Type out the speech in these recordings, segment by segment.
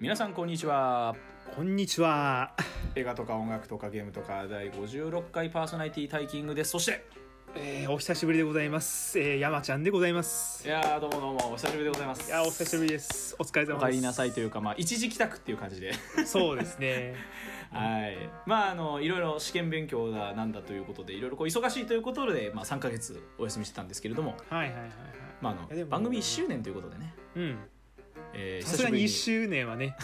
皆さんこんにちはこんにちは。映画とか音楽とかゲームとか第56回パーソナリティタイキングですそしてえー、お久しぶりでございます。えー、山ちゃんでございます。いやーどうもどうもお久しぶりでございますいやー、お久しぶりです。お疲れ様おです。帰りなさいというかまあ一時帰宅っていう感じでそうですね。はいまああのいろいろ試験勉強だなんだということでいろいろこう忙しいということで、まあ、3ヶ月お休みしてたんですけれども,、はいはいはいはい。まあ、いあやでのも番組1周年ということでね、うん。えーさすがに1久し周年はね。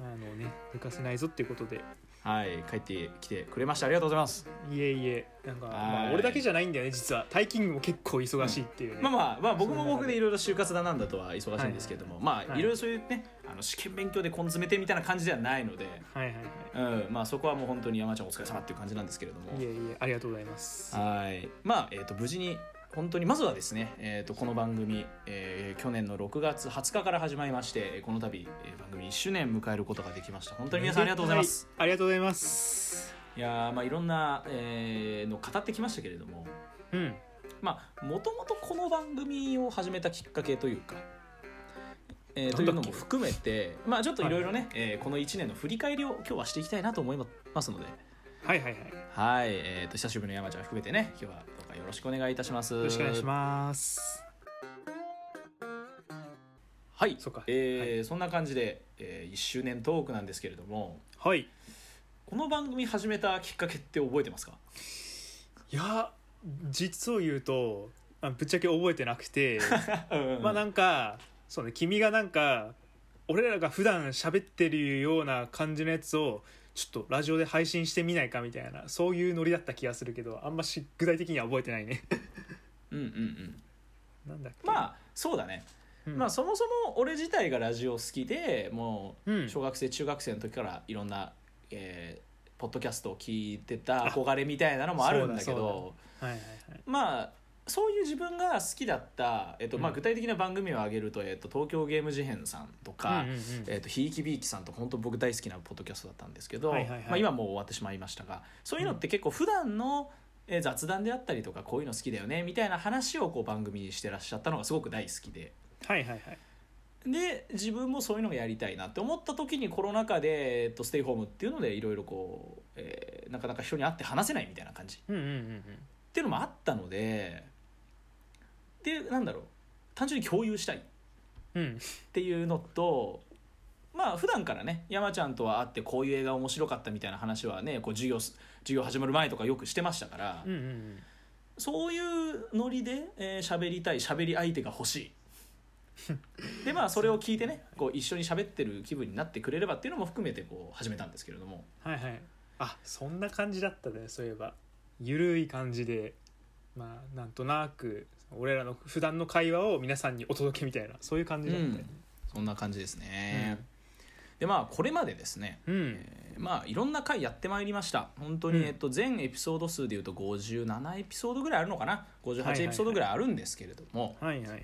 あのね、抜かせないぞっていうことぶで。りにはい帰ってきてくれましたありがとうございますいえいえ、なんか、まはあ、い俺だけじゃないんだよね、実は。タイキングも結構忙しいっていうね。まあまあ、まあ、僕もその僕中ででいろいろ就活だなんだとは忙しいんですけども、まあはいいろいろそういうねあの試験勉強で根詰めてみたいな感じではないので、はいはいはうんまあ、そこはもう本当に山ちゃんお疲れ様っていう感じなんですけれどもい。いえいえ、ありがとうございます。はいまあ、えー、と無事に本当にまずはですね、えー、とこの番組、えー去年の6月20日から始まりましてえーこの度、えー番組1周年迎えることができました本当に皆さんありがとうございます。は。ありがとうございます。いやーまあいろんな、えーの語ってきましたけれどもうん。まあもともとこの番組を始めたきっかけというか、えーなんだっとけいうのも含めてまあちょっといろいろね、えーこの1年の振り返りを今日はしていきたいなと思いますのではいはいはい。よはいえー、と久しぶりの山ちゃん含めてね今日はどうかよろしくお願いいたしますろしくお願いします。はいそうかえーそんな感じで、え1周年トークなんですけれどもはい。この番組始めたきっかけって覚えて ますかいや実を言うと、まあ、ぶっちゃけ覚えてなくてまあなんかそうね君がなんか俺らが普段喋ってるような感じのやつをちょっとラジオで配信してみないかみたいなそういうノリだった気がするけどあんまし具体的には覚えてないねうんうんうんなんだっけあ、まあそうだねうんまあそもそも俺自体がラジオ好きでもううん小学生中学生の時からいろんな、えーポッドキャストを聞いてた憧れみたいなのもあるんだけそうだどはいはいはいまあそういう自分が好きだった、えっとまあ、うん具体的な番組を挙げると,、えっと東京ゲーム事変さんとか、うんうんうんえっとひいきびいきさんと本当僕大好きなポッドキャストだったんですけど、はいはいはいまあ、今もう終わってしまいましたがそういうのって結構普段のえー雑談であったりとかこういうの好きだよねみたいな話をこう番組にしてらっしゃったのがすごく大好きで。はいはいはいで自分もそういうのがやりたいなって思った時にコロナ禍で、えっと、ステイホームっていうのでいろいろこう、えーなかなか人に会って話せないみたいな感じっうんうんうんていうのもあったのででなんだろう単純に共有したいっうんうんていうのとまあ普段からね山ちゃんとは会ってこういう映画面白かったみたいな話はねこう授業す授業始まる前とかよくしてましたから、うんうんうんそういうノリで喋、えー喋りたい喋り相手が欲しいでまあそれを聞いてねこう一緒に喋ってる気分になってくれればっていうのも含めてこう始めたんですけれどもはいはいあそんな感じだったねそういえばゆるい感じでまあなんとなく俺らの普段の会話を皆さんにお届けみたいなそういう感じだったよねそんな感じですね、でまあこれまでですね、うん、えーまあいろんな回やってまいりました本当に、うんえっと、全エピソード数でいうと57エピソードぐらいあるのかなはいはいは58いエピソードぐらいあるんですけれども、はいはいはい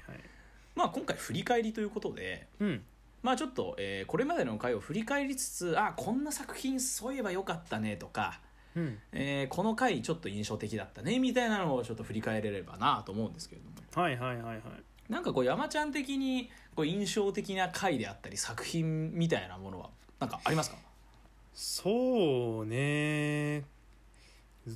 まあ今回振り返りということでうんまあちょっと、えーこれまでの回を振り返りつつあこんな作品そういえばよかったねとか、うんえーこの回ちょっと印象的だったねみたいなのをちょっと振り返れればなと思うんですけれどもはいはいはいはいなんかこう山ちゃん的にこう印象的な回であったり作品みたいなものはなんかありますかそうね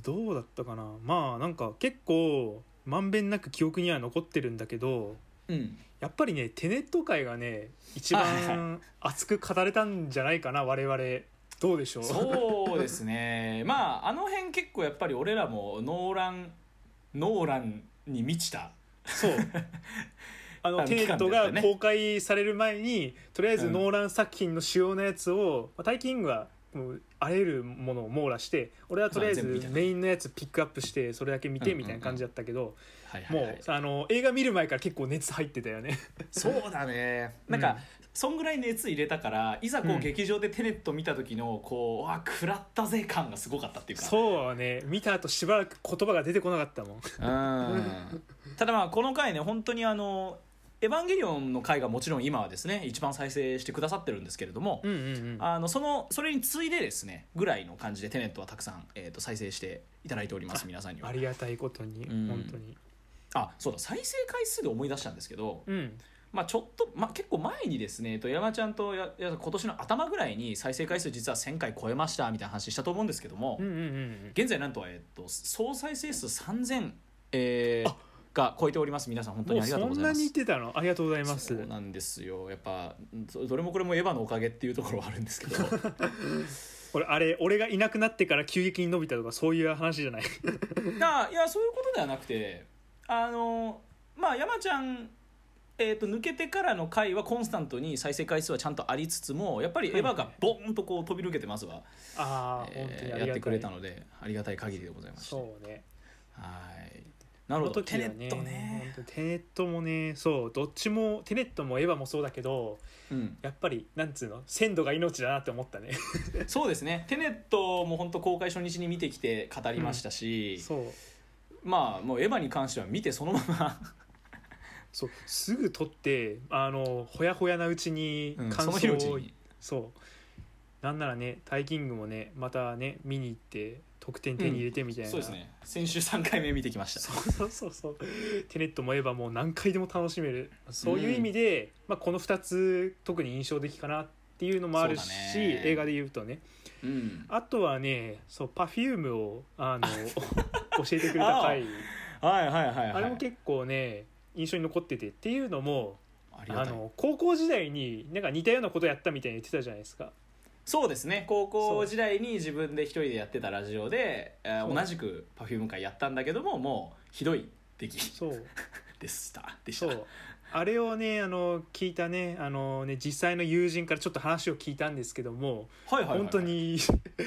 どうだったかなまあなんか結構まんべんなく記憶には残ってるんだけどうんやっぱりねテネット界がね一はい番熱く語れたんじゃないかな我々どうでしょうそうですね まああの辺結構やっぱり俺らもノーランノーランに満ちた そうああののテネット期間がですよね公開される前に、とりあえずうんノーラン作品の主要なやつを、まあ、タイキングはもうあらゆるものを網羅して俺はとりあえまあ全部見ずたねメインのやつピックアップしてそれだけ見うてんうんうみんたいな感じだったけど、はいはい、はい、もうあの映画見る前から結構熱入って たよねそうだねうなんんか、そんぐらい熱入れたからいざこううん劇場でテネット見た時のこう、うわ食らったぜ感がすごかったっていうかそうね見た後しばらく言葉が出てこなかったもんうん ただまあこの回ね本当にあの「エヴァンゲリオン」の回がもちろん今はですね一番再生してくださってるんですけれども、うんうんうんあのそのそれに次いでですねぐらいの感じでテネットはたくさん、えー、と再生していただいております皆さんには ありがたいことに、うん本当にあそうだ再生回数で思い出したんですけど、うんまあ、ちょっと、まあ、結構前にですね、えっと、山ちゃんとやや今年の頭ぐらいに再生回数実は1000回超えましたみたいな話したと思うんですけども、うんうんうん現在なんと,、えっと総再生数3000、えーあが超えております皆さん本当にもあうりがとうごそんざいなまに言っす。てたのありがとうございますそうなんですよやっぱどどれもこれもエヴァのおかげっていうところはあるんですけど これあれ俺がいなくなってから急激に伸びたとかそういう話じゃない あいやそういうことではなくてあのまあ山ちゃん、えー、と抜けてからの回はコンスタントに再生回数はちゃんとありつつもやっぱりエヴァがボーンとこう飛び抜けてまずは、ああ、えー本当にありがたいやってくれたのでありがたい限りでございました。そうねはいなるほど、テネットね、本当テネットもねそうどっちもテネットもエヴァもそうだけどうん、やっぱりなんつうの鮮度が命だなって思ったねそうですねテネットも本当公開初日に見てきて語りましたし、そうまあもうエヴァに関しては見てそのまま、そうすぐ撮ってあのほやほやなうちにうんそ感の日の想うちを、にそうなんならね「タイキング」もねまたね見に行って得点手に入れてみたいな、そうですね先週3回目見てきましたそうそうそうそうテネットもエヴァも何回でも楽しめるそういう意味で、まあ、この2つ特に印象的かなっていうのもあるし、そうだね映画で言うとねうん、あとはねそう Perfume をあ の教えてくれた回はいはいはい、はい、あれも結構ね印象に残っててっていうのもありあがたいの高校時代になんか似たようなことやったみたいに言ってたじゃないですかそうですね高校時代に自分で一人でやってたラジオで、えーそう同じく Perfume 会やったんだけどももうひどい出来そうでしたでしたそうあれをねあの聞いたねあのね実際の友人からちょっと話を聞いたんですけども、はいはいはい、本当に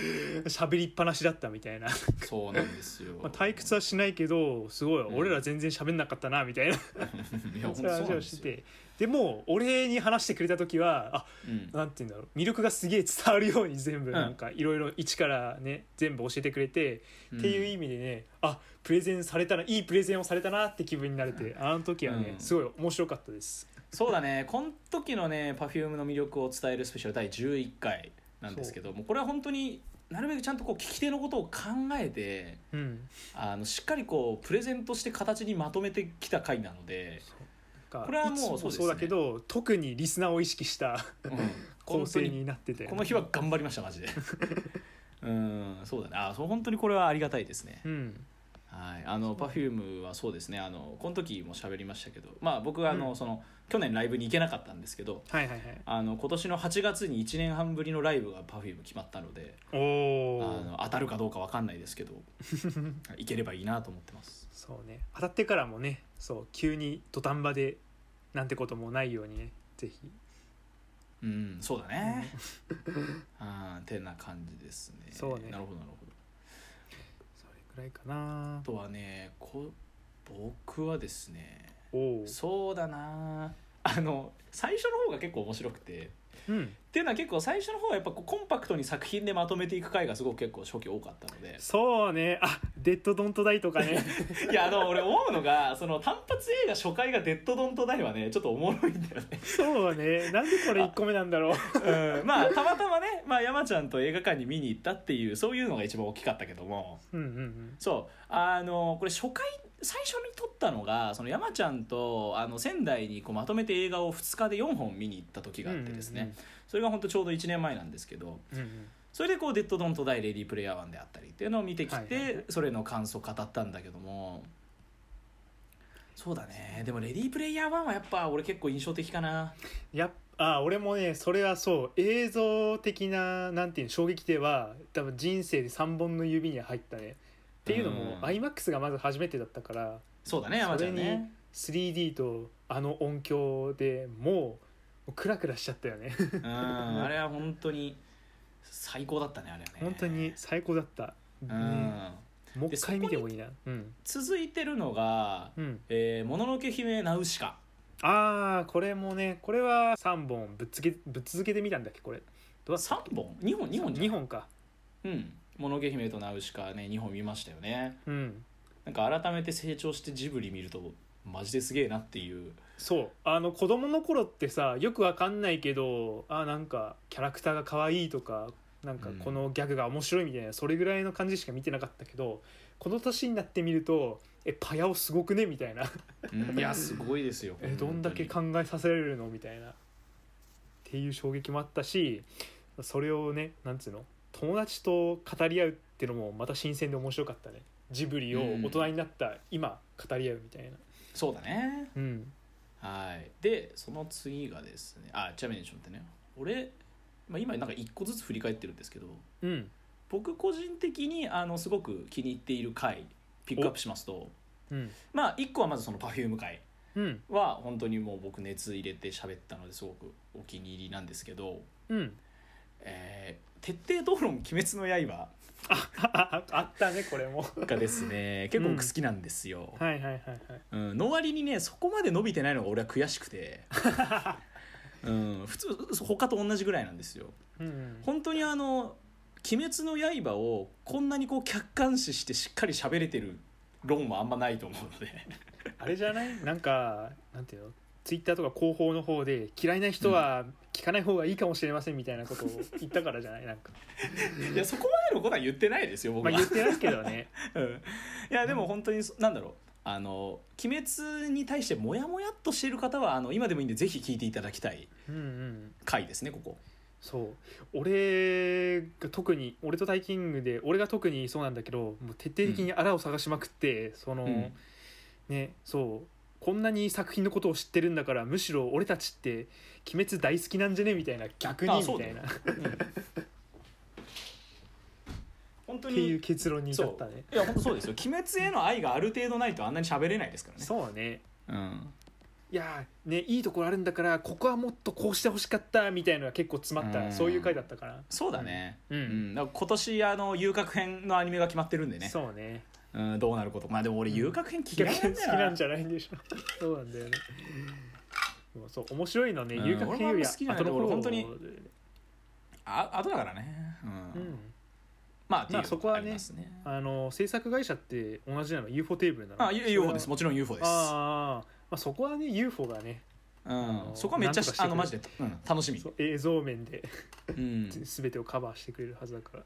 喋りっぱなしだったみたいな、そうなんですよ、 まあ、退屈はしないけどすごいん俺ら全然喋んなかったなみたいな、 いや本当そそうういう話なんをでしすてよ、てでも俺に話してくれた時はうんあ、なんて言うんだろう魅力がすげえ伝わるように全部んなんかいろいろ一からね全部教えてくれて、っていう意味でねあプレゼンされたないいプレゼンをされたなって気分になれてあの時はね、うんすごい面白かったです。そうだねこの時のね Perfume の魅力を伝えるスペシャル第11回なんですけどもこれは本当になるべくちゃんとこう聞き手のことを考えてうん、あのしっかりこうプレゼントして形にまとめてきた回なので、なんかこれはもういつそうですねそうだけど、特にリスナーを意識したうん、構本当成にになっててこの日は頑張りましたマ ジでうんそうだねあそう本当にこれはありがたいですねうんはいあの Perfume はそうですねあのこの時も喋りましたけどまあ僕はあの、うんその去年ライブに行けなかったんですけどはいはいはいあの今年の8月に1年半ぶりのライブが Perfume 決まったのでおあおの当たるかどうかわかんないです けど行ければいいなと思ってますそうね当たってからもねそう急に土壇場でなんてこともないようにねぜひうんそうだねあーてな感じですねそうねなるほどなるほどそれくらいかなあとはねこ僕はですねおおーそうだなあの最初の方が結構面白くてうんっていうのは結構最初の方はやっぱこうコンパクトに作品でまとめていく回がすごく結構初期多かったのでそうねあデッドドントダイとかね いやあの俺思うのがその単発映画初回が「デッドドンとダイ」はねちょっとおもろいんだよね、そうねなんでこれ1個目なんだろううん、 まあたまたまね、まあ、山ちゃんと映画館に見に行ったっていうそういうのが一番大きかったけどもうんうんうんそうあのこれ初回最初に撮ったのがその山ちゃんとあの仙台にこうまとめて映画を2日で4本見に行った時があってですね、それが本当ちょうど1年前なんですけどうんうんうんそれでこう「デッド・ドント・ダイ・レディー・プレイヤー1」であったりっていうのを見てきて、はいはいはいそれの感想を語ったんだけどもそうだねでも「レディー・プレイヤー1」はやっぱ俺結構印象的かなやっあ俺もねそれはそう映像的ななんていうの衝撃では多分人生で3本の指には入ったねっていうのもうん iMAX がまず初めてだったからそうだね山ちゃんそれね 3D とあの音響でもうもうクラクラしちゃったよねうんあれは本当に最高だったねあれはね本当に最高だった、うね、んもう一回見てもいいなうん、続いてるのがうん、 「えーもののけ姫ナウシカ」ああこれもねこれは3本ぶっつけぶっ続けてみたんだっけこれどうだった3本2本2本じゃん2本かうん「もののけ姫」と「ナウシカ」ね2本見ましたよねうんなんか改めて成長してジブリ見るとマジですげえなっていうそうあの子供の頃ってさよくわかんないけどあーなんかキャラクターが可愛いとかなんかうんこのギャグが面白いみたいな、それぐらいの感じしか見てなかったけどこの年になってみるとえパヤオすごくねみたいなうんいやすごいですよえどんだけ考えさせられるのみたいなっていう衝撃もあったしそれをねなんつうの友達と語り合うっていうのもまた新鮮で面白かったねジブリを大人になった今語り合うみたいなそうだねうんはいでその次がですねあちなみにちょっと待ってね俺、まあ、今なんか一個ずつ振り返ってるんですけどうん僕個人的にあのすごく気に入っている回ピックアップしますとうんまあ1個はまずその Perfume 回うんは本当にもう僕熱入れて喋ったのですごくお気に入りなんですけど、うん えー徹底討論「鬼滅の刃あああったねこれも」がですね結構僕好きなんですよ。 はいはいはいはいうん、の割にねそこまで伸びてないのが俺は悔しく て、うん、普通他と同じぐらいなんですよ。うんうん本当にあの「鬼滅の刃」をこんなにこう客観視してしっかり喋れてる論はあんまないと思うのであれじゃないなんかなんていうのツイッターとか広報の方で嫌いな人は聞かない方がいいかもしれませんみたいなことを言ったからじゃないなん か、いやそこまでのことは言ってないですよ僕まはあ、言ってないけどねうんいやでも本当にそなんだろうあの「鬼滅」に対してモヤモヤっとしている方はあの今でもいいんでぜひ聞いていただきたい うんうん回ですねここそう俺が特に俺とタイキングで俺が特にそうなんだけどもう徹底的にあらを探しまくって、その、うんねそうこんなに作品のことを知ってるんだからむしろ俺たちって「鬼滅大好きなんじゃね?」みたいな逆にあみそうただいよなっ本当ていにう結論に至そったうねいや本当そうですよ「鬼滅」への愛がある程度ないとあんなに喋れないですからねそうねうんいやーねいいところあるんだからここはもっとこうしてほしかったみたいなのが結構詰まった、うんそういう回だったかなそうだね、うんうんだから今年あの遊郭編のアニメが決まってるんでねそうねう、ん、どうなることまあでも俺遊郭編好き嫌いなんだよなんなじゃないんでしょそうなんだよねもうそう面白いのねうん遊郭編俺もあよりんま好きじゃない後の方俺本当にだよねああとだからねうん、うんまあっていうまあそこはねありますねあの制作会社って同じなの UFO テーブルなのあ UFO ですももちろん UFO ですあー、まあそこはね UFO がねうん、そこはめっちゃなんとかしてくれあのマジで、うん、楽しみそう映像面でうん、っ全てをカバーしてくれるはずだから、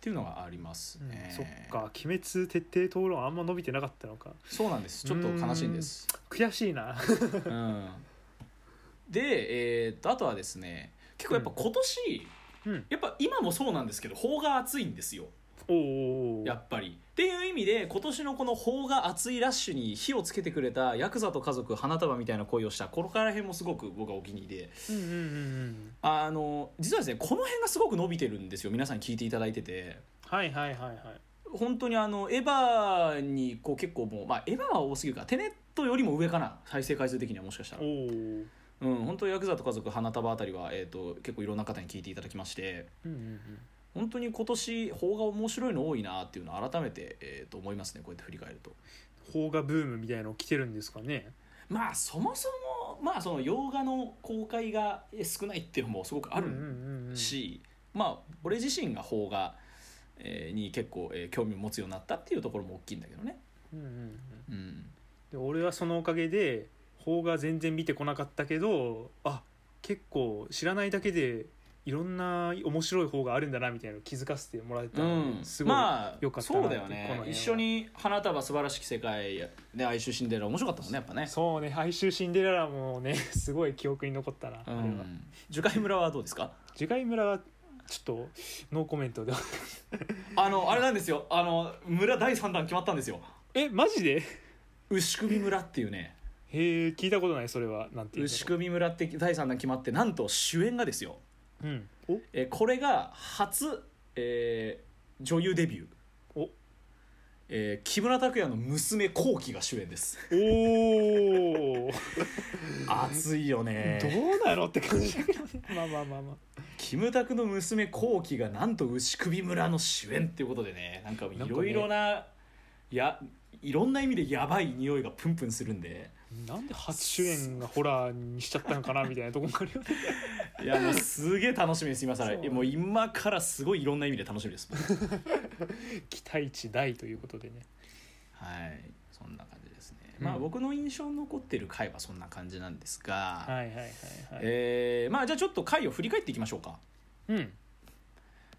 ていうのがありますうんね、そっか「鬼滅」徹底討論あんま伸びてなかったのかそうなんですちょっと悲しいんです悔しい なうんで、えー、とあとはですね結構やっぱ今年、うんやっぱ今もそうなんですけど法が熱いんですよおーおーおーやっぱりっていう意味で今年のこの法が熱いラッシュに火をつけてくれた「ヤクザと家族花束みたいな恋をした」このから辺もすごく僕はお気に入りでうんうんうんうんあの実はですねこの辺がすごく伸びてるんですよ皆さんに聞いていただいてて。はいはいはいはい本当にあのエヴァにこう結構もう、まあ、エヴァは多すぎるかテネットよりも上かな再生回数的にはもしかしたらお、おうん、本当ヤクザと家族花束あたりは、えー、と結構いろんな方に聞いていただきましてうんうんうん本当に今年邦画面白いの多いなっていうのを改めて、えー、と思いますねこうやって振り返ると邦画ブームみたいの来てるんですかねまあそもそもまあその洋画の公開がえ少ないっていうのもすごくあうんうるんうんうん、し、まあ俺自身が邦画、えーに結構、えー興味を持つようになったっていうところも大きいんだけどねうんうんうん、うんで俺はそのおかげで邦画全然見てこなかったけどあ結構知らないだけでいろんな面白い方があるんだなみたいなの気づかせてもらえたので、うん、すごい、まあ良かったなそうだよこのね辺は一緒に「花束素晴らしき世界」ね「哀愁シンデレラ」面白かったもんねやっぱね、そうね「哀愁シンデレラ」もねすごい記憶に残ったな、うあれはん、樹海村はどうですか樹海村はちょっとノーコメントで あのあれなんですよあの村第3弾決まったんですよえマジで牛首村っていうねへえ聞いたことないそれはなんていうんだ牛ろ首村って第3弾決まってなんと主演がですよ、う、うん、おえーこれが初、えー女優デビューおえー木村拓哉の娘こうきが主演ですおー熱いよねどうなのって感じだけ どねまあまあまあまあキムタクの娘コウキがなんと牛首村の主演っていうことでねなんかいろいろなやいろんな意味でやばい匂いがプンプンするんでなんで初主演がホラーにしちゃったのかなみたいなとこもあるよねいやもうすげえ楽しみです今更そういやもう今からすごいいろんな意味で楽しみです僕期待値大ということでねはいそんな感じですね、うんまあ僕の印象に残ってる回はそんな感じなんですが、はいはいはいはい、えーまあじゃあちょっと回を振り返っていきましょうか、うん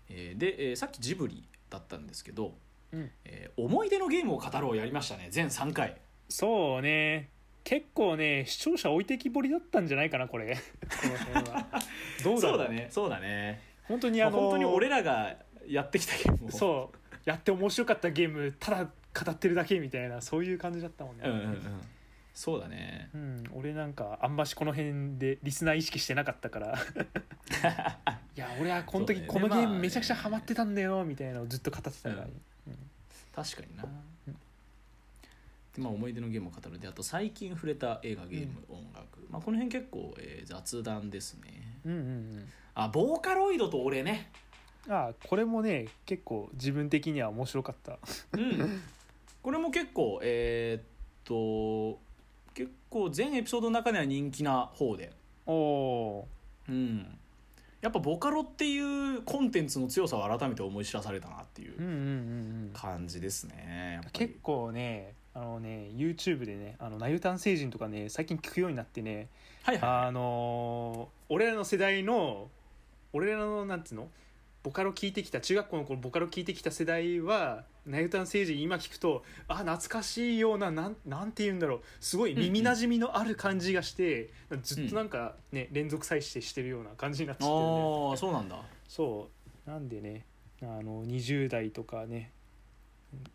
えーで、えーさっきジブリだったんですけどうんえー思い出のゲームを語ろう」やりましたね全3回そうね結構ね視聴者置いてきぼりだったんじゃないかなこれこの辺は どうだそろううだねそうだね本当にまああの、本当に俺らがやってきたゲームをそうやって面白かったゲームただ語ってるだけみたいなそういう感じだったもんね、うんうんうんそうだねうん、俺なんかあんましこの辺でリスナー意識してなかったか らいや俺はこの時そうだよねこのまゲーあムねめちゃくちゃハマってたんだよみたいなのをずっと語ってたから、うん確かにな、でまあ、思い出のゲームを語るであと最近触れた映画ゲーム、音楽、まあ、この辺結構、えー雑談ですねうん、うんうんあボーカロイドと俺ねああこれもね結構自分的には面白かったうんこれも結構えーっと結構全エピソードの中では人気な方でおおうんやっぱボカロっていうコンテンツの強さを改めて思い知らされたなっていーうんううんうんうん感じですねやっぱり結構ねあのね YouTube でね「あのナユタン星人」とかね最近聞くようになってねはいはいあのー俺らの世代の俺らのなんつうのボカロ聞いてきた中学校の頃ボカロ聞いてきた世代はナユタン星人今聞くとあ懐かしいようななんなんて言うんだろうすごい耳なじみのある感じがして、ずっとなんかね、連続再生してるような感じになっちゃってるねああそうなん だそうなんでねあの20代とかね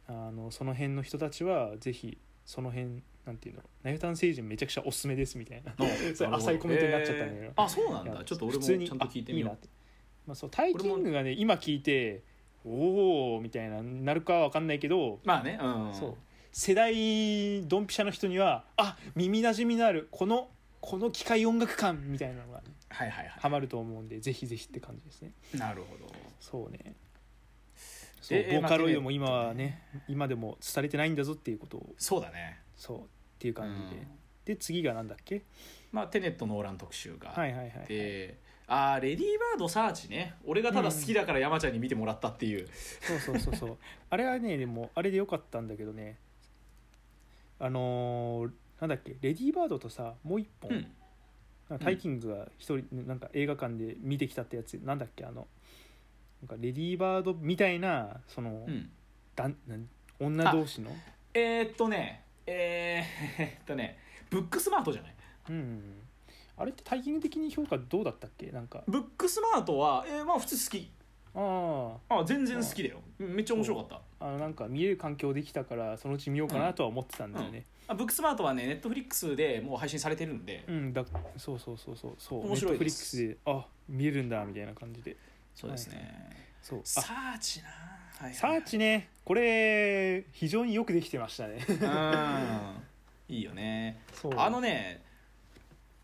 あのその辺の人たちはぜひその辺なんていうのナユタン星人めちゃくちゃおすすめですみたいなそうなるほど浅いコメントになっちゃったんだけどえーあそうなんいだやちょっと俺も普ちゃ通んにと聞いてみよあなうってまあ、そうタイキングがね今聞いておおみたいななるかは分かんないけど、まあねうんそう世代ドンピシャの人にはあ耳なじみのあるこのこの機械音楽感みたいなのがはいはいハはマると思うんでぜひぜひって感じですねいなるほどそうねそうえーボーカロイドも今はね今でも廃れてないんだぞっていうことをそうだねそうっていう感じで、うんで次がなんだっけまあテネットのオーラン特集があって、はいはいはいであーレディーバードサーチね俺がただ好きだから山ちゃんに見てもらったっていう、そうそうそうそう あれはねでもあれでよかったんだけどねあのーなんだっけレディーバードとさもう一本、うんなんかタイキングが一人、なんか映画館で見てきたってやつなんだっけあのなんかレディーバードみたいなその、うんだんなん女同士のえー、っとねえー、えーっとねブックスマートじゃないうんうんうんあれってタイキング的に評価どうだったっけなんかブックスマートはえー、まあ普通好きあああ全然好きだよめっちゃ面白かったあのなんか見れる環境できたからそのうち見ようかなとは思ってたんだよね、あブックスマートはねネットフリックスでもう配信されてるんで、うんだそうそうそうそうそう面白いフでリックスすであ見れるんだみたいな感じでそうですね、そうサあーチな、はいはいサーチねこれ非常によくできてましたねうんいいよねそうあのね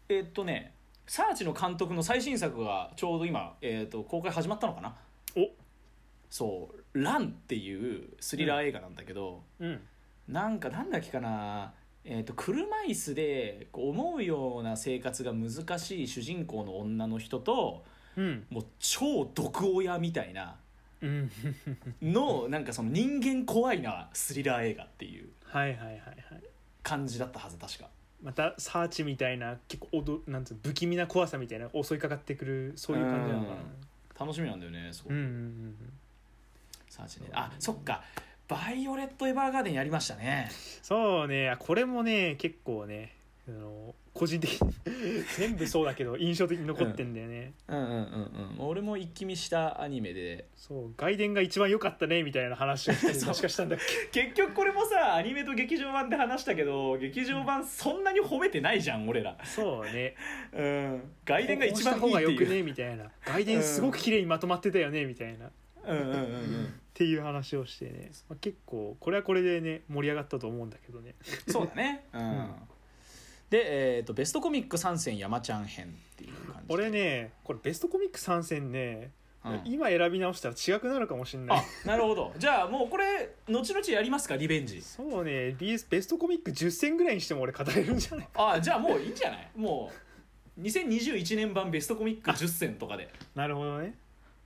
えっとねサーチの監督の最新作がちょうど今、えっと公開始まったのかなおそう「ラン」っていうスリラー映画なんだけど、うんなんかなんだっけかなえっと車椅子でこう思うような生活が難しい主人公の女の人とうんもう超毒親みたい なうんのなんかその人間怖いなスリラー映画っていうはいはいはいはい感じだったはず確かまたサーチみたいな結構おどなんつうの不気味な怖さみたいな襲いかかってくるそういう感じなのかな楽しみなんだよねすごういんうんうんサーチねあそっかバイオレット・エヴァーガーデンやりましたねそうねあこれもね結構ねあの個人的に 全部そうだけど印象的に残ってんだよね、うんうんうんうん俺も一気見したアニメでそう外伝が一番良かったねみたいな話をしてそうもしかしたん だっけ結局これもさアニメと劇場版で話したけど劇場版そんなに褒めてないじゃん俺らそうねうん外伝が一こ番ういした方がいよってくいうねみたいな外伝すごく綺麗にまとまってたよねみたいなっうんうんうんうんていう話をしてね、まあ、結構これはこれでね盛り上がったと思うんだけどねそうだねうん、んで、えーと「ベストコミック参戦山ちゃん編」っていう感じで俺ねこれベストコミック参戦ね、うん今選び直したら違くなるかもしれないあなるほどじゃあもうこれ後々やりますかリベンジそうね BS ベストコミック10選ぐらいにしても俺語れるんじゃ ないあじゃあもういいんじゃないもう2021年版ベストコミック10選とかでなるほどね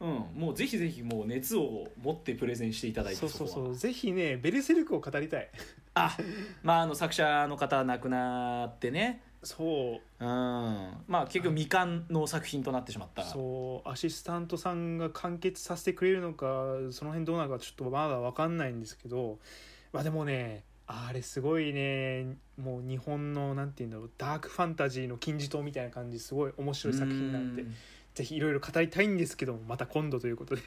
うんもうぜひぜひもう熱を持ってプレゼンしていただいてそうそうこそはうぜひねベルセルクを語りたいあまああの作者の方亡くなってねそううんまあ結局未完の作品となってしまったそうアシスタントさんが完結させてくれるのかその辺どうなるかちょっとまだ分かんないんですけどまあでもねあれすごいねもう日本のなんていうんだろうダークファンタジーの金字塔みたいな感じすごい面白い作品なんでうんぜひいろいろ語りたいんですけどもまた今度というこ とで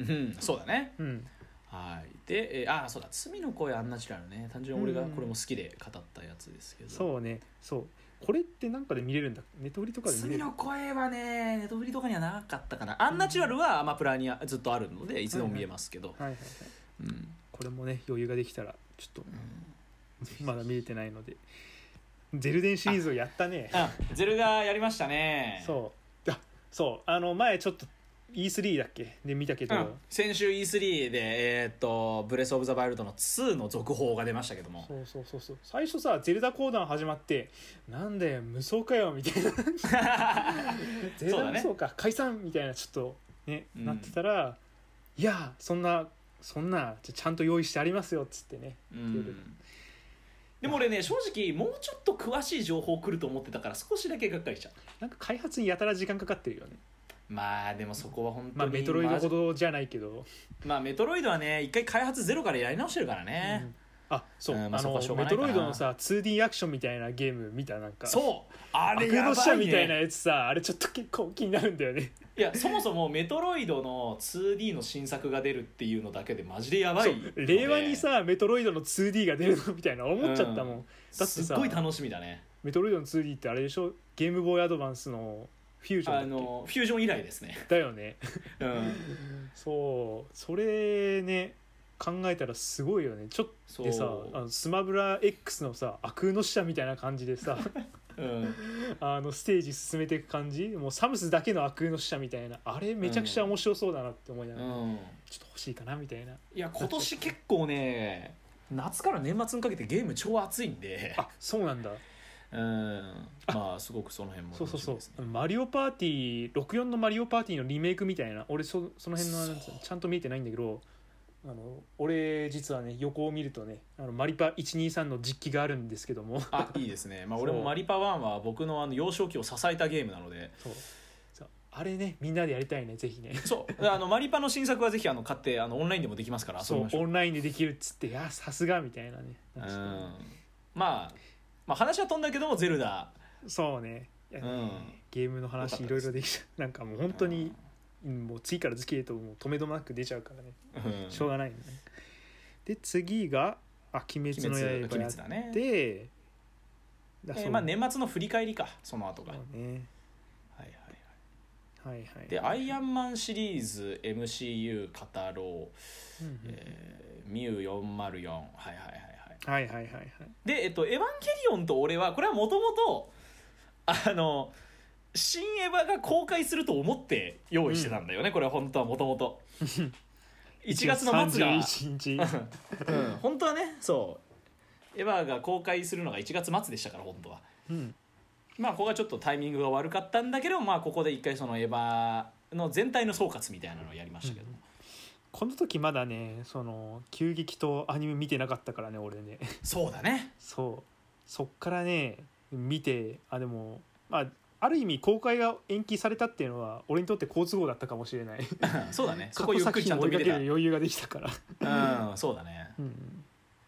うんそうだねうんはいで、えー、ああそうだ「罪の声アンナチュラルね」単純に俺がうんこれも好きで語ったやつですけど、そうねそうこれってなんかで見れるんだネットフリとかで見れ罪るの声はねネットフリとかにはなかったかなアンナチュラルはアマプラにはずっとあるのでいつでも見えますけど、はいはいはいうんこれもね余裕ができたらちょっうんとまだ見れてないのでゼルデンシリーズをやったねあゼルがやりましたねそうあそうあの前ちょっと E3 だっけで見たけど、うん先週 E3 で、えーっと「ブレス・オブ・ザ・ワイルド」の2の続報が出ましたけどもそうそうそうそう最初さ「ゼルダ講談」始まってなんで無双かよみたい なゼルそうダだ無ね双か、解散みたいなちょっとね、うんなってたらいやそんなそんなじゃちゃんと用意してありますよっつってねうんでも俺ね正直もうちょっと詳しい情報来ると思ってたから少しだけがっかりしちゃうなんか開発にやたら時間かかってるよねまあでもそこは本当にまあメトロイドほまどじゃないけど、あまあメトロイドはね一回開発ゼロからやり直してるからね、うんあそう、うんまああそこはしょのうがメないかなトロイドのさ 2D アクションみたいなゲーム見たなんかそうああれれややばばい、ね、みたいなやつさあれちょっと結構気になるんだよねいやそもそもメトロイドの 2D の新作が出るっていうのだけでマジでやばいので令和にさメトロイドの 2D が出るのみたいな思っちゃったもん、うんてさすっごい楽しみだねメトロイドの 2D ってあれでしょゲームボーイアドバンスのフュージョンだっあけのフュージョン以来ですね、だよねうん、そうそれね考えたらすごいよねちょっそとうでさあのスマブラ X のさ悪空の使者みたいな感じ でさうん、あのステージ進めていく感じもうサムスだけの悪空の使者みたいなあれめちゃくちゃ面白そうだなって思いながら、うん、ちょっと欲しいかなみたいないや今年結構ね夏から年末にかけてゲーム超熱いんであそうなんだうんまあすごくその辺もそうそうそう楽しみですね、マリオパーティー64のマリオパーティーのリメイクみたいな俺そその辺のなんつうのちゃんと見えてないんだけどあの俺実はね横を見るとねあのマリパ123の実機があるんですけどもあいいですね、まあ、そう俺もマリパ1は僕のあの幼少期を支えたゲームなのでそうそうあれねみんなでやりたいねぜひねそうあのマリパの新作はぜひあの買ってあのオンラインでもできますから遊そびうましょうオンラインでできるっつっていやさすがみたいなねうなんんかちょっとねまあまあ話は飛んだけどもゼルダそうねいやねうんゲームの話いろいろできちゃうなんかもう本当に、うんもう次から次へともう止めどもなく出ちゃうからねうんしょうがないよね。で次が「あ鬼滅の鬼滅刃」鬼やっ滅だねて、だえそーうまあ年末の振り返りかその後が、そはいうねはいはいはいはい。で「アイアンマン」シリーズ MCU 語ろう、うんうんえー、ミュー404はいはいはいはいはいはいはいはい。でえっと「エヴァンゲリオン」と俺はこれはもともとあの新エヴァが公開すると思って用意してたんだよね、これは本当はもとも と1月の末が31日。 うん本当はねそうエヴァが公開するのが1月末でしたから本当はうんまあここがちょっとタイミングが悪かったんだけどまあここで一回そのエヴァの全体の総括みたいなのをやりましたけど、この時まだねその急激とアニメ見てなかったからね俺ね そうだね そうそっからね見てあでもまあある意味公開が延期されたっていうのは俺にとって好都合だったかもしれないそうだねそ過こ去ゆっく作りちゃ品んをと追見いかてけたる余裕ができたから、うんそうだねうん、っ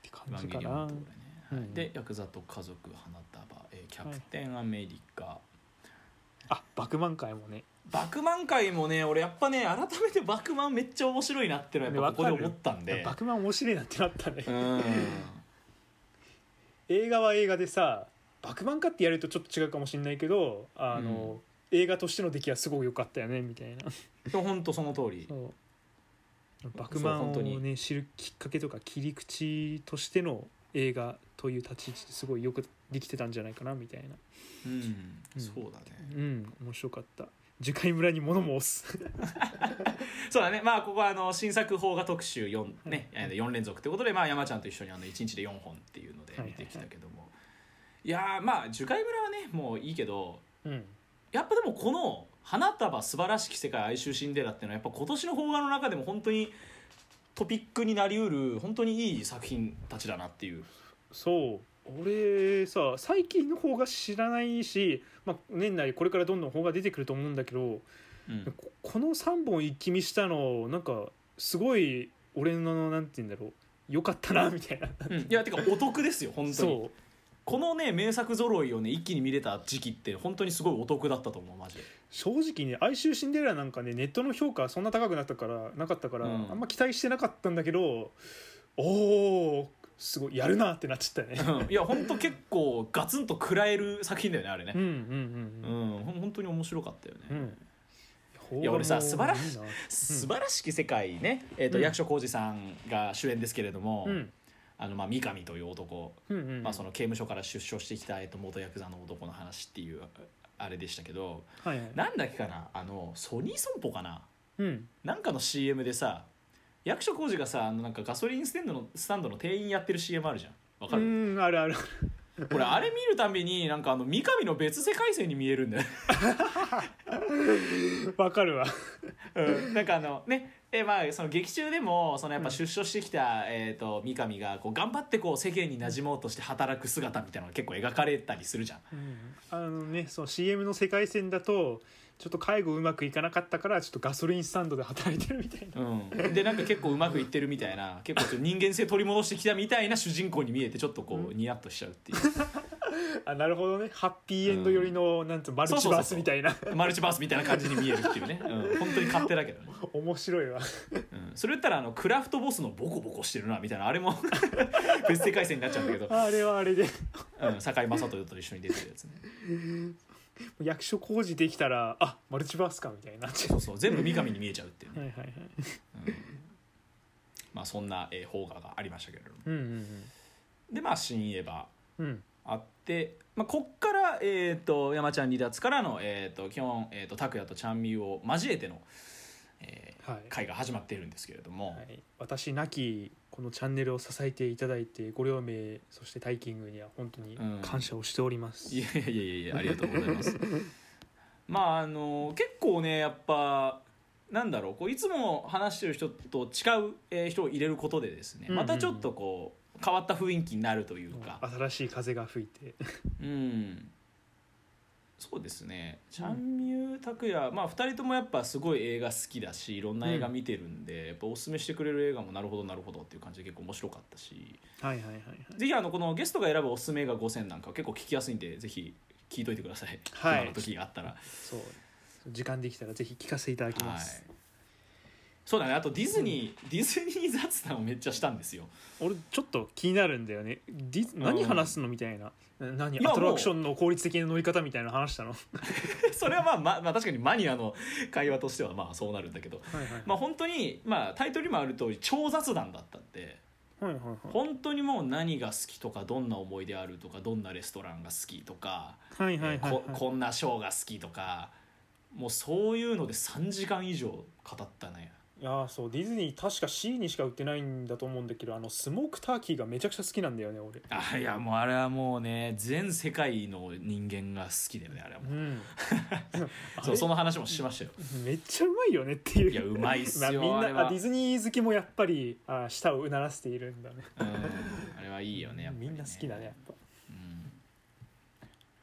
て感エヴァじンゲかリオンなのところねはいうんでヤクザと家族花束、えーキャプテンアメリカ、あバクマン会もねバクマン界もね俺やっぱね改めてバクマンめっちゃ面白いなってのはやっぱここで思ったんでバクマン面白いなってなったねうん映画は映画でさバクマンかってやるとちょっと違うかもしれないけどあの、映画としての出来はすごい良かったよねみたいなでも本当その通りそうバクマそンう本を当ね知るきっかけとか切り口としての映画という立ち位置ですごいよくできてたんじゃないかなみたいなうんうんそうだねうん面白かった樹海村に物申すそうだねまあここはあの新作邦画特集 4,、ねはい4連続ということで、まあ、山ちゃんと一緒にあの1日で4本っていうのではいは見いはいてきたけども、いやーまあ樹海村はねもういいけどうんやっぱでもこの「花束素晴らしき世界哀愁シンデレラ」っていうのはやっぱ今年の邦画の中でも本当にトピックになりうる本当にいい作品たちだなっていうそう俺さ最近の方が知らないし、まあ、年内これからどんどん方が出てくると思うんだけどうん、ここの3本一気見したのなんかすごい俺のなんて言うんだろう良かったなみたいなうんいやてかお得ですよ本当にそうこのね名作揃いをね一気に見れた時期って本当にすごいお得だったと思うマジで正直ね「哀愁シンデレラ」なんかねネットの評価そんな高くなったからなかったから、うんあんま期待してなかったんだけどおおすごいやるなってなっちゃったねうんいや本当結構ガツンと食らえる作品だよねあれうんねうんうんほん本当に面白かったよね、うんうんうんいや俺さ素晴らしいな素晴らしき世界ね、えーとうん役所広司さんが主演ですけれども、うんあのまあ、三上という男、うんうんまあ、その刑務所から出所してきた、えー、と元ヤクザの男の話っていうああれでしたけどはいはいなんだっけかなあのソニー損保かなうんなんかの CM でさ役所広司がさあのなんかガソリンスタンドのスタンドの店員やってる CM あるじゃんわかうる、んあるある俺あれ見るたびになんかあの三上の別世界線に見えるんだよわかるわうんなんかあのねえまあその劇中でもそのやっぱ出所してきた、えー、と三上がこう頑張ってこう世間に馴染もうとして働く姿みたいなのが結構描かれたりするじゃん。あのねその CM の世界線だとちょっと介護うまくいかなかったからちょっとガソリンスタンドで働いてるみたいなうん、でなんか結構うまくいってるみたいな結構ちょっと人間性取り戻してきたみたいな主人公に見えてちょっとこうニヤッとしちゃうっていうあなるほどねハッピーエンド寄りの、なんつうのマルチバースみたいなマルチバースみたいな感じに見えるっていうね、うん、本当に勝手だけどね、面白いわうん、それ言ったらあのクラフトボスのボコボコしてるなみたいなあれも 別世界線になっちゃうんだけど、あれはあれでうん、堺雅人と一緒に出てるやつね役所工事できたらあマルチバースかみたいになっちゃそうそう全部三上に見えちゃうっていうねうはいはいはいまあ、そんな、えー、邦画がありましたけれどもうんでまあ「新エヴァうんうん」あって、まあ、こっから、えー、と山ちゃん離脱からの、えー、と基本、えー、と拓也とちゃんみゆを交えての、えーはい、会が始まっているんですけれども、はい、私なきこのチャンネルを支えていただいてご両名そしてタイキングには本当に感謝をしております、いやいやいやいやありがとうございます まああの結構ねやっぱなんだろうこういつも話してる人と違う、えー人を入れることでですねうんうんまうんたちょっとこう変わった雰囲気になるというか、新しい風が吹い てうんそうですねチャンミュー拓也まあ2人ともやっぱすごい映画好きだしいろんな映画見てるんで、やっぱおすすめしてくれる映画もなるほどなるほどっていう感じで結構面白かったしはいはいはいはいぜひあのこのゲストが選ぶおすすめ映画5000なんかは結構聞きやすいんでぜひ聞いといてください、はい今の時があったらそう時間できたらぜひ聞かせていただきます、はいそうだねあとディズニー、ディズニー雑談をめっちゃしたんですよ 俺ちょっと気になるんだよねディズ何話すのみたいなな何いやアトラクションの効率的な乗り方みたいな話したのはそれはまあ、まあ、まあ確かにマニアの会話としてはまあそうなるんだけどいはいまあ本当にまあタイトルにもある通り超雑談だったってはいはいはい本当にもう何が好きとかどんな思い出あるとかどんなレストランが好きとか、はいはいはいここんなショーが好きとかもうそういうので3時間以上語ったねいやーそうディズニー確か C にしか売ってないんだと思うんだけどあのスモークターキーがめちゃくちゃ好きなんだよね俺あいやもうあれはもうね全世界の人間が好きだよねあれはもううんあれそうその話もしましたよめっちゃうまいよねっていういやうまいっすよ まあみんあれはなあディズニー好きもやっぱりあ舌をうならせているんだねうんあれはいいよねやっぱりみんな好きだねやっぱうん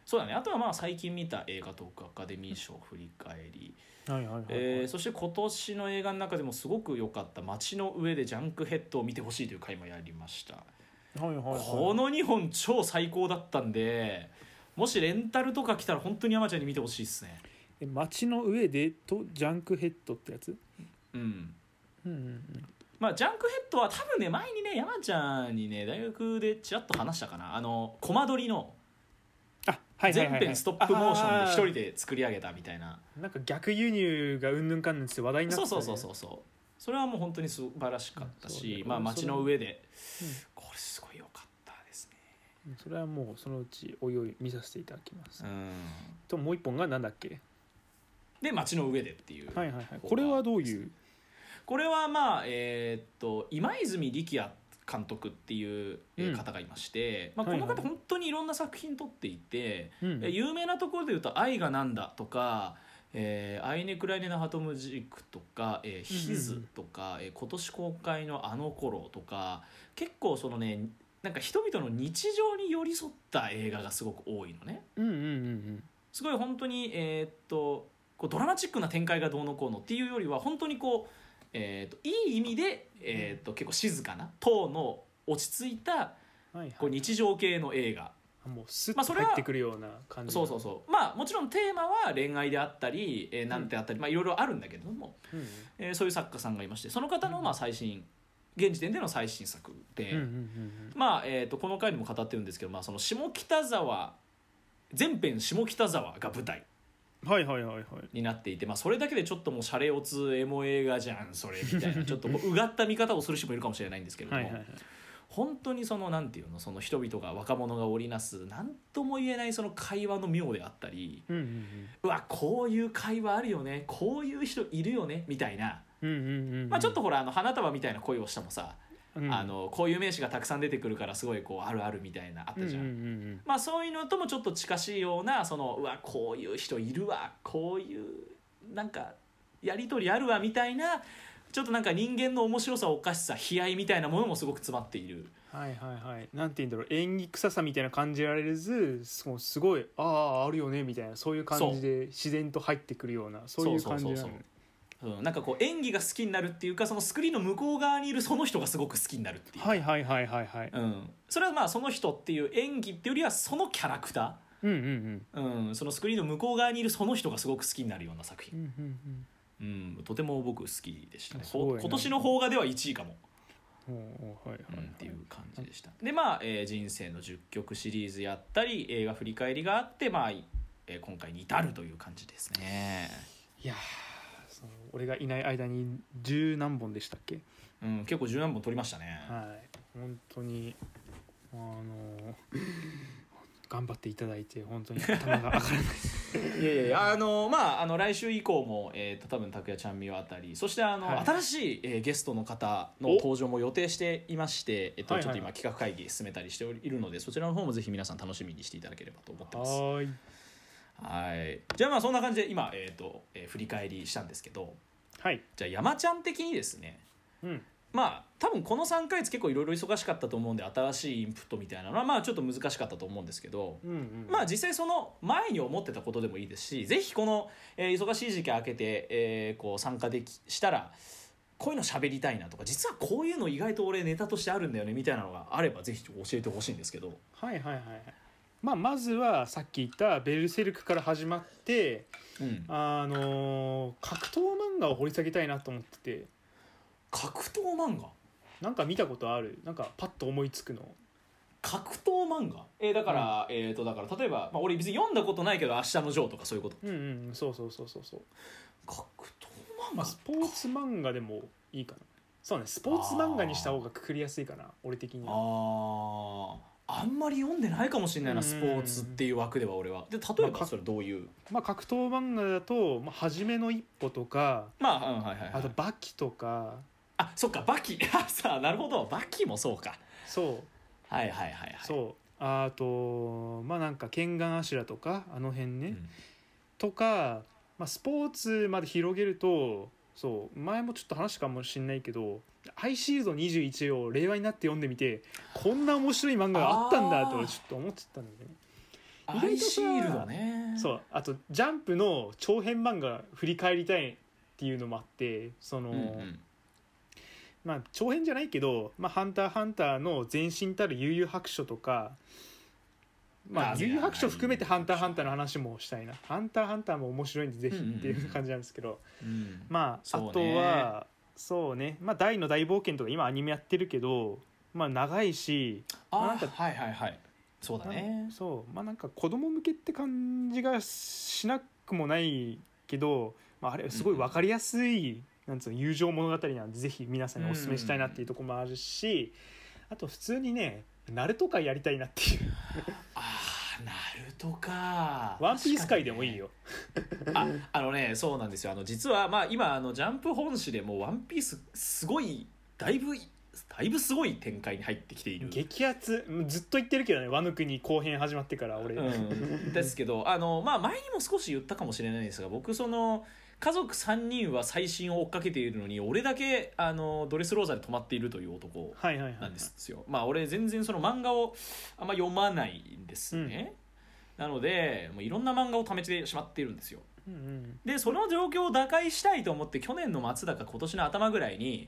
そうだねあとはまあ最近見た映画とかアカデミー賞振り返りはいはいはい、えーそして今年の映画の中でもすごく良かった「街の上でジャンクヘッド」を見てほしいという回もやりました、はいはいはいこの2本超最高だったんでもしレンタルとか来たら本当に山ちゃんに見てほしいですねえ街の上でとジャンクヘッドってやつうんうんうんうんまあジャンクヘッドは多分ね前にね山ちゃんにね大学でちらっと話したかなあのコマ撮りのあはいはい全はい、はい、編ストップモーションで一あ人で作り上げたみたいなーなんか逆輸入がうんぬんかんぬんつって話題になっそてうたそうねそうそうそうそれはもう本当に素晴らしかったそうだしね、まあ、俺もそ街れの上で、うんこれすごい良かったですねうんそれはもうそのうちおいおい見させていただきます、うんともう一本がなんだっけで街の上でっていう、はいはいはいこれはどういうこれはまあえーっと今泉力也監督っていうえーうん方がいまして、まあ、こはいのはい方本当にいろんな作品撮っていて、うんえ有名なところで言うと「愛がなんだ」とか「えーアイネクライネのハトムジーク」とか「えーヒズ」とか、えー今年公開の「あの頃とか結構そのねなんか人々の日常に寄り添った映画がすごく多いのねうんうんうんすごい本当にえーっとこうドラマチックな展開がどうのこうのっていうよりは本当にこう、えーっといい意味で、えーっと結構静かなトーンの落ち着いたうんはいこはう日常系の映画いもうスッまとあそれは入ってくるような感じそうそうそうまあもちろんテーマは恋愛であったり、えーなんてあったり、まあいろいろあるんだけれども、うんうんえーそういう作家さんがいましてその方のまあ最新現時点での最新作で、うんうんうんまあえー、とこの回にも語ってるんですけど、まあ、その下北沢全編下北沢が舞台うんはいはいはいはいになっていて、まあ、それだけでちょっともうシャレオツエモ映画じゃんそれみたいなちょっとこううがった見方をする人もいるかもしれないんですけれどはも、いはいはい本当にそのなんていうのその人々が若者が織りなす何とも言えないその会話の妙であったりうんうんうわこういう会話あるよねこういう人いるよねみたいな、うんうんうんうんうんまあ、ちょっとほらあの花束みたいな恋をしたもさ、うんあのこういう名詞がたくさん出てくるからすごいこうあるあるみたいなあっうんたうんじうゃんんまあ、そういうのともちょっと近しいようなそのうわこういう人いるわこういうなんかやり取りあるわみたいなちょっとなんか人間の面白さおかしさ悲哀みたいなものもすごく詰まっているはいはいはいなんて言うんだろう演技臭さみたいな感じられずそうすごいあああるよねみたいなそういう感じで自然と入ってくるようなそういう感じなそうそうのそううん、なんかこう演技が好きになるっていうかそのスクリーンの向こう側にいるその人がすごく好きになるっていう、はいはいはいはいはいうん、それはまあその人っていう演技っていうよりはそのキャラクタうんうんうんー、うん、そのスクリーンの向こう側にいるその人がすごく好きになるような作う品、んうんうん、とても僕好きでしたねすごいほね今年の邦画では1位かもうんおうおうはいはいうんはっていう感じでした。でまあ、えー人生の10曲シリーズやったり映画振り返りがあって、まあえー今回に至るという感じですね。いやーその俺がいない間に十何本でしたっけうん、結構十何本撮りましたね。はい本当にあのー頑張っていただいて本当に頭が上がらないいやいやいやあのまああの来週以降も、えー、と多分拓也ちゃんみはあたりそしてあの、はい新しい、えーゲストの方のお登場も予定していまして、えっとはいちはょいっとは今企画会議進めたりしておりいるのでそちらの方もぜひ皆さん楽しみにしていただければと思ってます。はーいはいじゃあまあそんな感じで今、えーとえー振り返りしたんですけどはいじゃあ山ちゃん的にですねうんまあ多分この3ヶ月結構いろいろ忙しかったと思うんで新しいインプットみたいなのはまあちょっと難しかったと思うんですけど、うんうんまあ実際その前に思ってたことでもいいですしぜひこの、えー忙しい時期明けて、えーこう参加できしたらこういうの喋りたいなとか実はこういうの意外と俺ネタとしてあるんだよねみたいなのがあればぜひ教えてほしいんですけどはいはいはいまあ、まずはさっき言った「ベルセルク」から始まって、うんあのー格闘漫画を掘り下げたいなと思ってて格闘漫画なんか見たことあるなんかパッと思いつくの格闘漫画えーだから、えっ、とだから例えば、まあ、俺別に読んだことないけど「明日のジョー」とかそういうことうんうんそうそうそうそうそう、格闘漫画まあ、スポーツ漫画でもいいかなそうねスポーツ漫画にした方がくくりやすいかな俺的にあはああんまり読んでないかもしれないなうんスポーツっていう枠では俺はで例えばそれどういうまあ、格闘漫画だと「まあ、初めの一歩」とかまあ、うん、はいはい、はい、あと「バキ」とかあそっかバキ あさあなるほどバキもそうかそうはいはいはいはいそうあとまあなんか「ケンガンアシュラ」とかあの辺ね、うんとか、まあ、スポーツまで広げるとそう前もちょっと話したかもしれないけど「アイシールド21」を令和になって読んでみてこんな面白い漫画があったんだあとーちょっと思ってたんだよね。ア意外とさイシールドねそうあと「ジャンプ」の長編漫画振り返りたいっていうのもあってその、うんうんまあ長編じゃないけど「まあ、ハンターハンター」の前身たる悠々白書とか。まあ、あー悠々白書含めてい「やハンターハンター」の話もしたいな「ハンターハンター」も面白いんでぜひっていう感じなんですけど、うんまあ、そうねあとはそうね、まあ、大の大冒険とか今アニメやってるけど、まあ、長いしあなんかはいはいはいそうだねなそうまあなんか子供向けって感じがしなくもないけど、まあ、あれすごい分かりやすい、なんつうの友情物語なんでぜひ皆さんにお勧めしたいなっていうところもあるし、あと普通にねナルト会やりたいなっていうああなるとか「ワンピース界でもいいよ、ああのねそうなんですよあの実は、まあ、今あのジャンプ本誌でもう「ワンピースすごいだいぶだいぶすごい展開に入ってきている。激アツずっと言ってるけどねワノ国後編始まってから俺、うん、ですけどあの、まあ、前にも少し言ったかもしれないですが僕その「家族3人は最新を追っかけているのに俺だけあのドレスローザで止まっているという男 はいはいはいなんですよ、まあ俺全然その漫画をあんま読まないんですね、なのでもういろんな漫画を貯めてしまっているんですようんうんでその状況を打開したいと思って去年の末だか今年の頭ぐらいに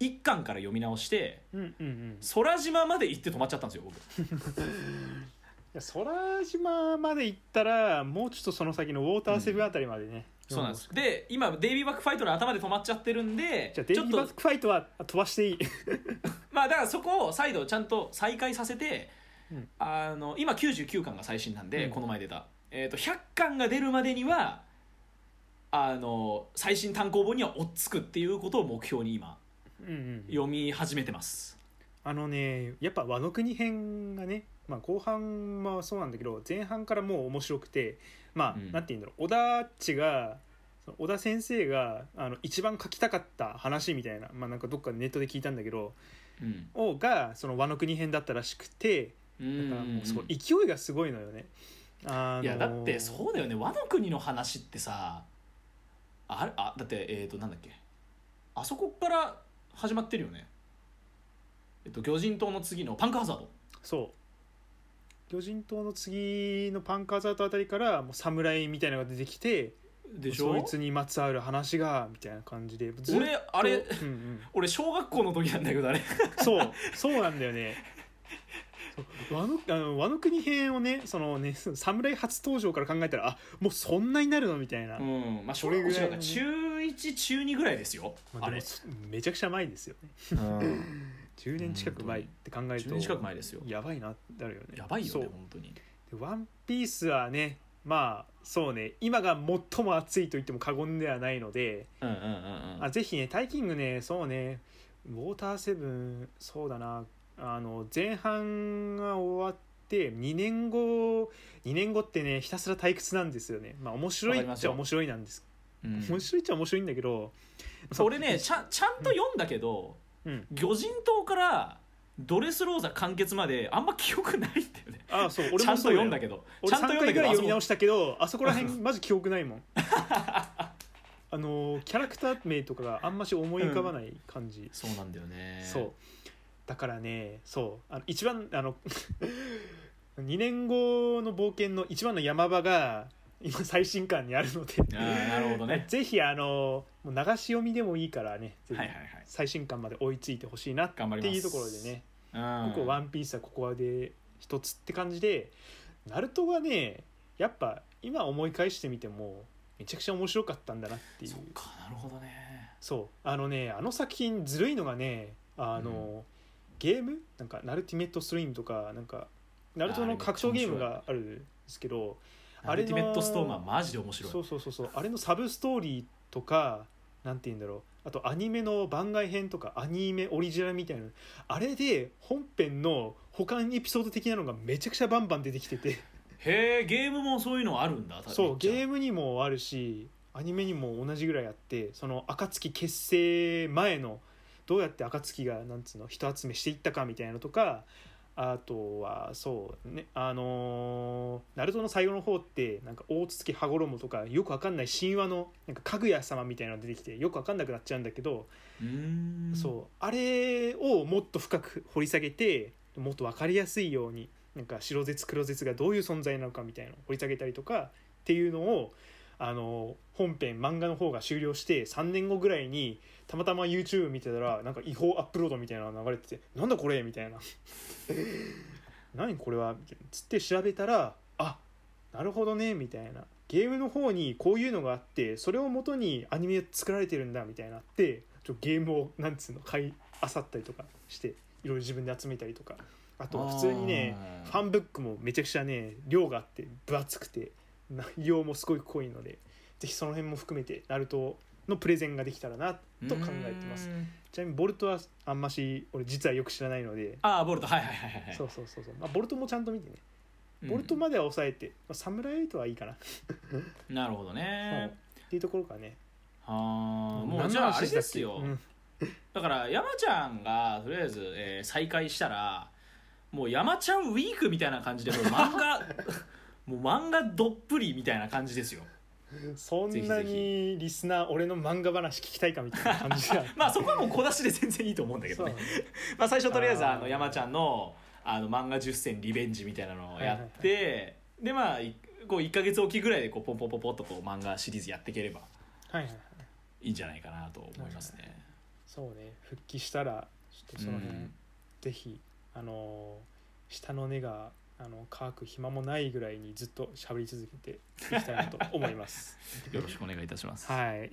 1巻から読み直してうんうんうんい空島まで行って止まっちゃったんですよ僕や空島まで行ったらもうちょっとその先のウォーターセブンあたりまでね、そうなんですで今デイビーバックファイトの頭で止まっちゃってるんでじゃあデイちリょっーバとックファイトは飛 ばしていいまあだからそこを再度ちゃんと再開させて、うんあの今99巻が最新なんで、うんこの前出た、えー、と100巻が出るまでにはあの最新単行本には追っつくっていうことを目標に今うんうん読み始めてます、あのねやっぱ和の国編がね、まあ、後半はそうなんだけど前半からもう面白くてまあ、うんなんて言うんだろう小田っちがその小田先生があの一番書きたかった話みたいな,、まあ、なんかどっかネットで聞いたんだけどうんをがその和の国編だったらしくてうんだからもうすごい勢いがすごいのよね。あのいやだってそうだよね和の国の話ってさあれあだってえっ、となんだっけあそこから始まってるよねえっと魚人島の次のパンクハザードそう魚人島の次のパンカーザートあたりからもう侍みたいなのが出てきてでしそょいつにまつわる話がみたいな感じでずっと俺あれうんうん、俺小学校の時なんだけどあれそうそうなんだよねそう和のあの和の国編をねそのねその侍初登場から考えたらあもうそんなになるのみたいな、うんまあ小それ学ぐ校らいの中1中2ぐらいですよ、まああ、でもれ、そめちゃくちゃ前ですよねうん、 10年近く前って考える10と年近く前ですよやばいなってなるよねやばいよそうねで本当にワンピースはねまあそうね今が最も熱いと言っても過言ではないので、うんうんうんうあんぜひねタイキングねそうねウォーターセブンそうだなあの前半が終わって2年後2年後ってねひたすら退屈なんですよねまあ面白いわかりっまちすゃよ面白いなんです、うん面白いっちゃ面白いんだけど俺ねちゃんちゃんと読んだけど、うん魚人島からドレスローザ完結まであんま記憶ないんだよねああそう俺ちゃんともそう読だんよだけどち俺ゃんと3読んだ回けぐどらいあそ読みこ直した けどあそこら辺マジ記憶ないもん あのキャラクター名とかがあんまし思い浮かばない感じ、そうなんだよねそうだからねそうあの一番あの 2年後の冒険の一番の山場が今最新刊にあるのであーなるほどね ぜひあのもう流し読みでもいいからねぜひはいはいはい最新刊まで追いついてほしいなって頑張りますいうところでねうんここ「ワンピースはここで一つって感じでナルトがねやっぱ今思い返してみてもめちゃくちゃ面白かったんだなっていうそっかなるほどねそうあのねあの作品ずるいのがねあの、ゲームなんか「ナルティメットストリーム」とかなんかナルトの格闘ゲームがあるんですけどあアれルのティメットストーマーマジで面白いそうそうそうそうあれのサブストーリーとかなんて言うんだろうあとアニメの番外編とかアニメオリジナルみたいなあれで本編の保管エピソード的なのがめちゃくちゃバンバン出てきててへえゲームもそういうのあるんだそうゲームムにもあるしアニメにも同じぐらいあってその暁結成前のどうやって暁がなんつうの人集めしていったかみたいなのとかあとはそうねあのーナルトの最後の方ってなんか大筒木羽衣とかよくわかんない神話のなんかかぐや様みたいなのが出てきてよくわかんなくなっちゃうんだけど、うーんそうあれをもっと深く掘り下げてもっとわかりやすいようになんか白絶黒絶がどういう存在なのかみたいなのを掘り下げたりとかっていうのをあの本編漫画の方が終了して3年後ぐらいにたまたま YouTube 見てたらなんか違法アップロードみたいなのが流れてて「なんだこれ?」みたいな「何これは?」みたいなつって調べたら「あなるほどね」みたいなゲームの方にこういうのがあってそれを元にアニメ作られてるんだみたいになってちょゲームをなんつうの買いあさったりとかしていろいろ自分で集めたりとかあとは普通にねあーファンブックもめちゃくちゃね量があって分厚くて内容もすごい濃いのでぜひその辺も含めてナルトのプレゼンができたらなと考えてますうーんちなみにボルトはあんまし俺実はよく知らないのでああボルトはいはいはいはいそうそうそうそう、まあ、ボルトもちゃんと見てねうんボルトまでは抑えて、まあ、サムライエイトはいいかなっなるほどねていうところかねはあもう何じのゃああれ話だでっすけよ、うんだから山ちゃんがとりあえず、えー再開したらもう山ちゃんウ ィークみたいな感じでもう漫画もう漫画どっぷりみたいな感じですよそんなぜひぜにリスナー俺の漫画話聞きたいかみたいな感じだ まあそこはもう小出しで全然いいと思うんだけどねまあ、最初とりあえずあーあの山ちゃんのあの漫画10選リベンジみたいなのをやって、でまあいこう1か月おきぐらいでこうポンポンポンポンとこう漫画シリーズやっていければはいはいはいいいんじゃないかなと思いますね。そうね復帰したらちょっとその辺、うんぜひあのー下の根があの乾く暇もないぐらいにずっと喋り続けていきたいなと思います よろしくお願いいたします。はい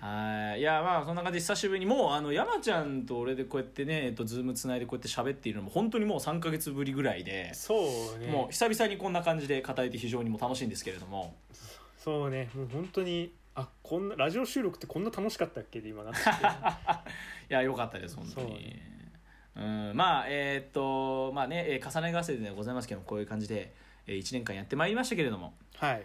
はい、いや、まあ、そんな感じで久しぶりに、もう、あの、山ちゃんと俺でこうやってね、えっと、ズームつないで、こうやって喋っているのも、本当にもう3か月ぶりぐらいで。そうねもう、久々にこんな感じで語れて、非常にもう楽しいんですけれども。そうねもう本当にあこんなラジオ収録ってこんな楽しかったっけで今なってき ていや、良かったです、本当そに。ううん、まあ、えーっと、まあね、えー重ね合わせでございますけども、こういう感じで、え1年間やってまいりましたけれども。はい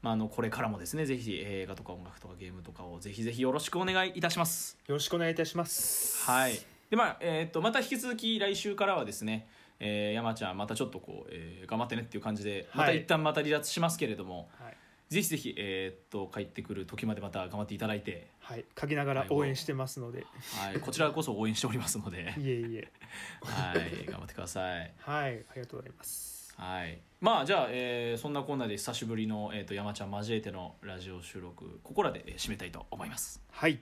まあ、あのこれからもですねぜひ映画とか音楽とかゲームとかをぜひぜひよろしくお願いいたします。よろしくお願いいたしますはい。でまあえーっとまた引き続き来週からはですね、えー山ちゃんまたちょっとこう、えー頑張ってねっていう感じでまたはい一旦また離脱しますけれども、はい、ぜひぜひえーっと帰ってくる時までまた頑張っていただいて、はい、書きながら応援してますので、 はい、こちらこそ応援しておりますので、い、えいえはい、頑張ってください。はいありがとうございますはい。まあじゃあ、えーそんなこんなで久しぶりのえーっと山ちゃん交えてのラジオ収録ここらでえー締めたいと思います。はい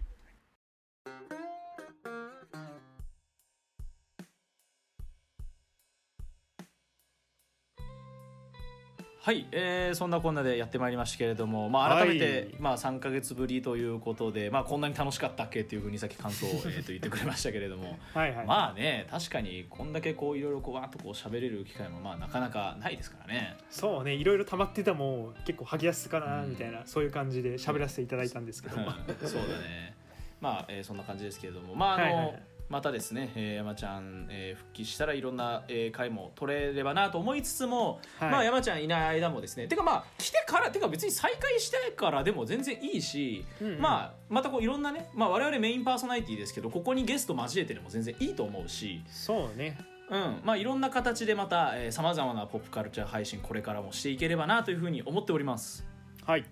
はい、えーそんなこんなでやってまいりましたけれども、まあ、改めて、はいまあ、3か月ぶりということで、まあ、こんなに楽しかったっけというふうにさっき感想を、えー と言ってくれましたけれども、はいはい、まあね確かにこんだけこういろいろこうわーっとこう喋れる機会もまあなかなかないですからね。そうねいろいろ溜まってたもん結構吐きやすかなうんみたいな、そういう感じで喋らせていただいたんですけど、うん そうだねまあ、えーそんな感じですけれどもまああの、はいはいはいまたですね、えー山ちゃん、えー復帰したらいろんな、えー回も取れればなと思いつつも、はいまあ山ちゃんいない間もですねてかまあ来てからてか別に再開してからでも全然いいし、うんうんまあまたこういろんなね、まあ、我々メインパーソナリティですけどここにゲスト交えてでも全然いいと思うし、そうねうんまあ、いろんな形でまたさまざまなポップカルチャー配信これからもしていければなというふうに思っております。はい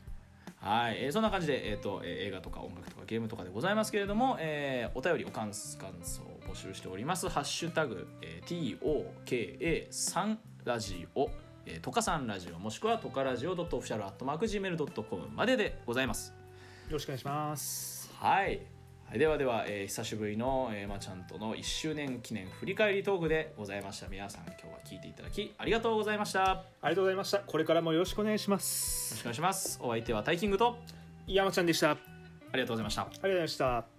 はい、えーそんな感じで、えーとえー映画とか音楽とかゲームとかでございますけれども、えーお便りおかんす感想を募集しております「ハッシュタグ、えー #TOKA3 ラジオ」えー「トカさんラジオ」もしくは「トカラジオ .official.gmail.com」まででございます。よろしくお願いしますはい、はい、ではでは、えー久しぶりの、えーまちゃんとの1周年記念振り返りトークでございました皆さん今日は聞いていただきありがとうございましたよありがとうございましたこれからもよろしくお願いしまろしくすお願いしますお相手はタイキングと山ちゃんでしたありがとありがとうございましたうございました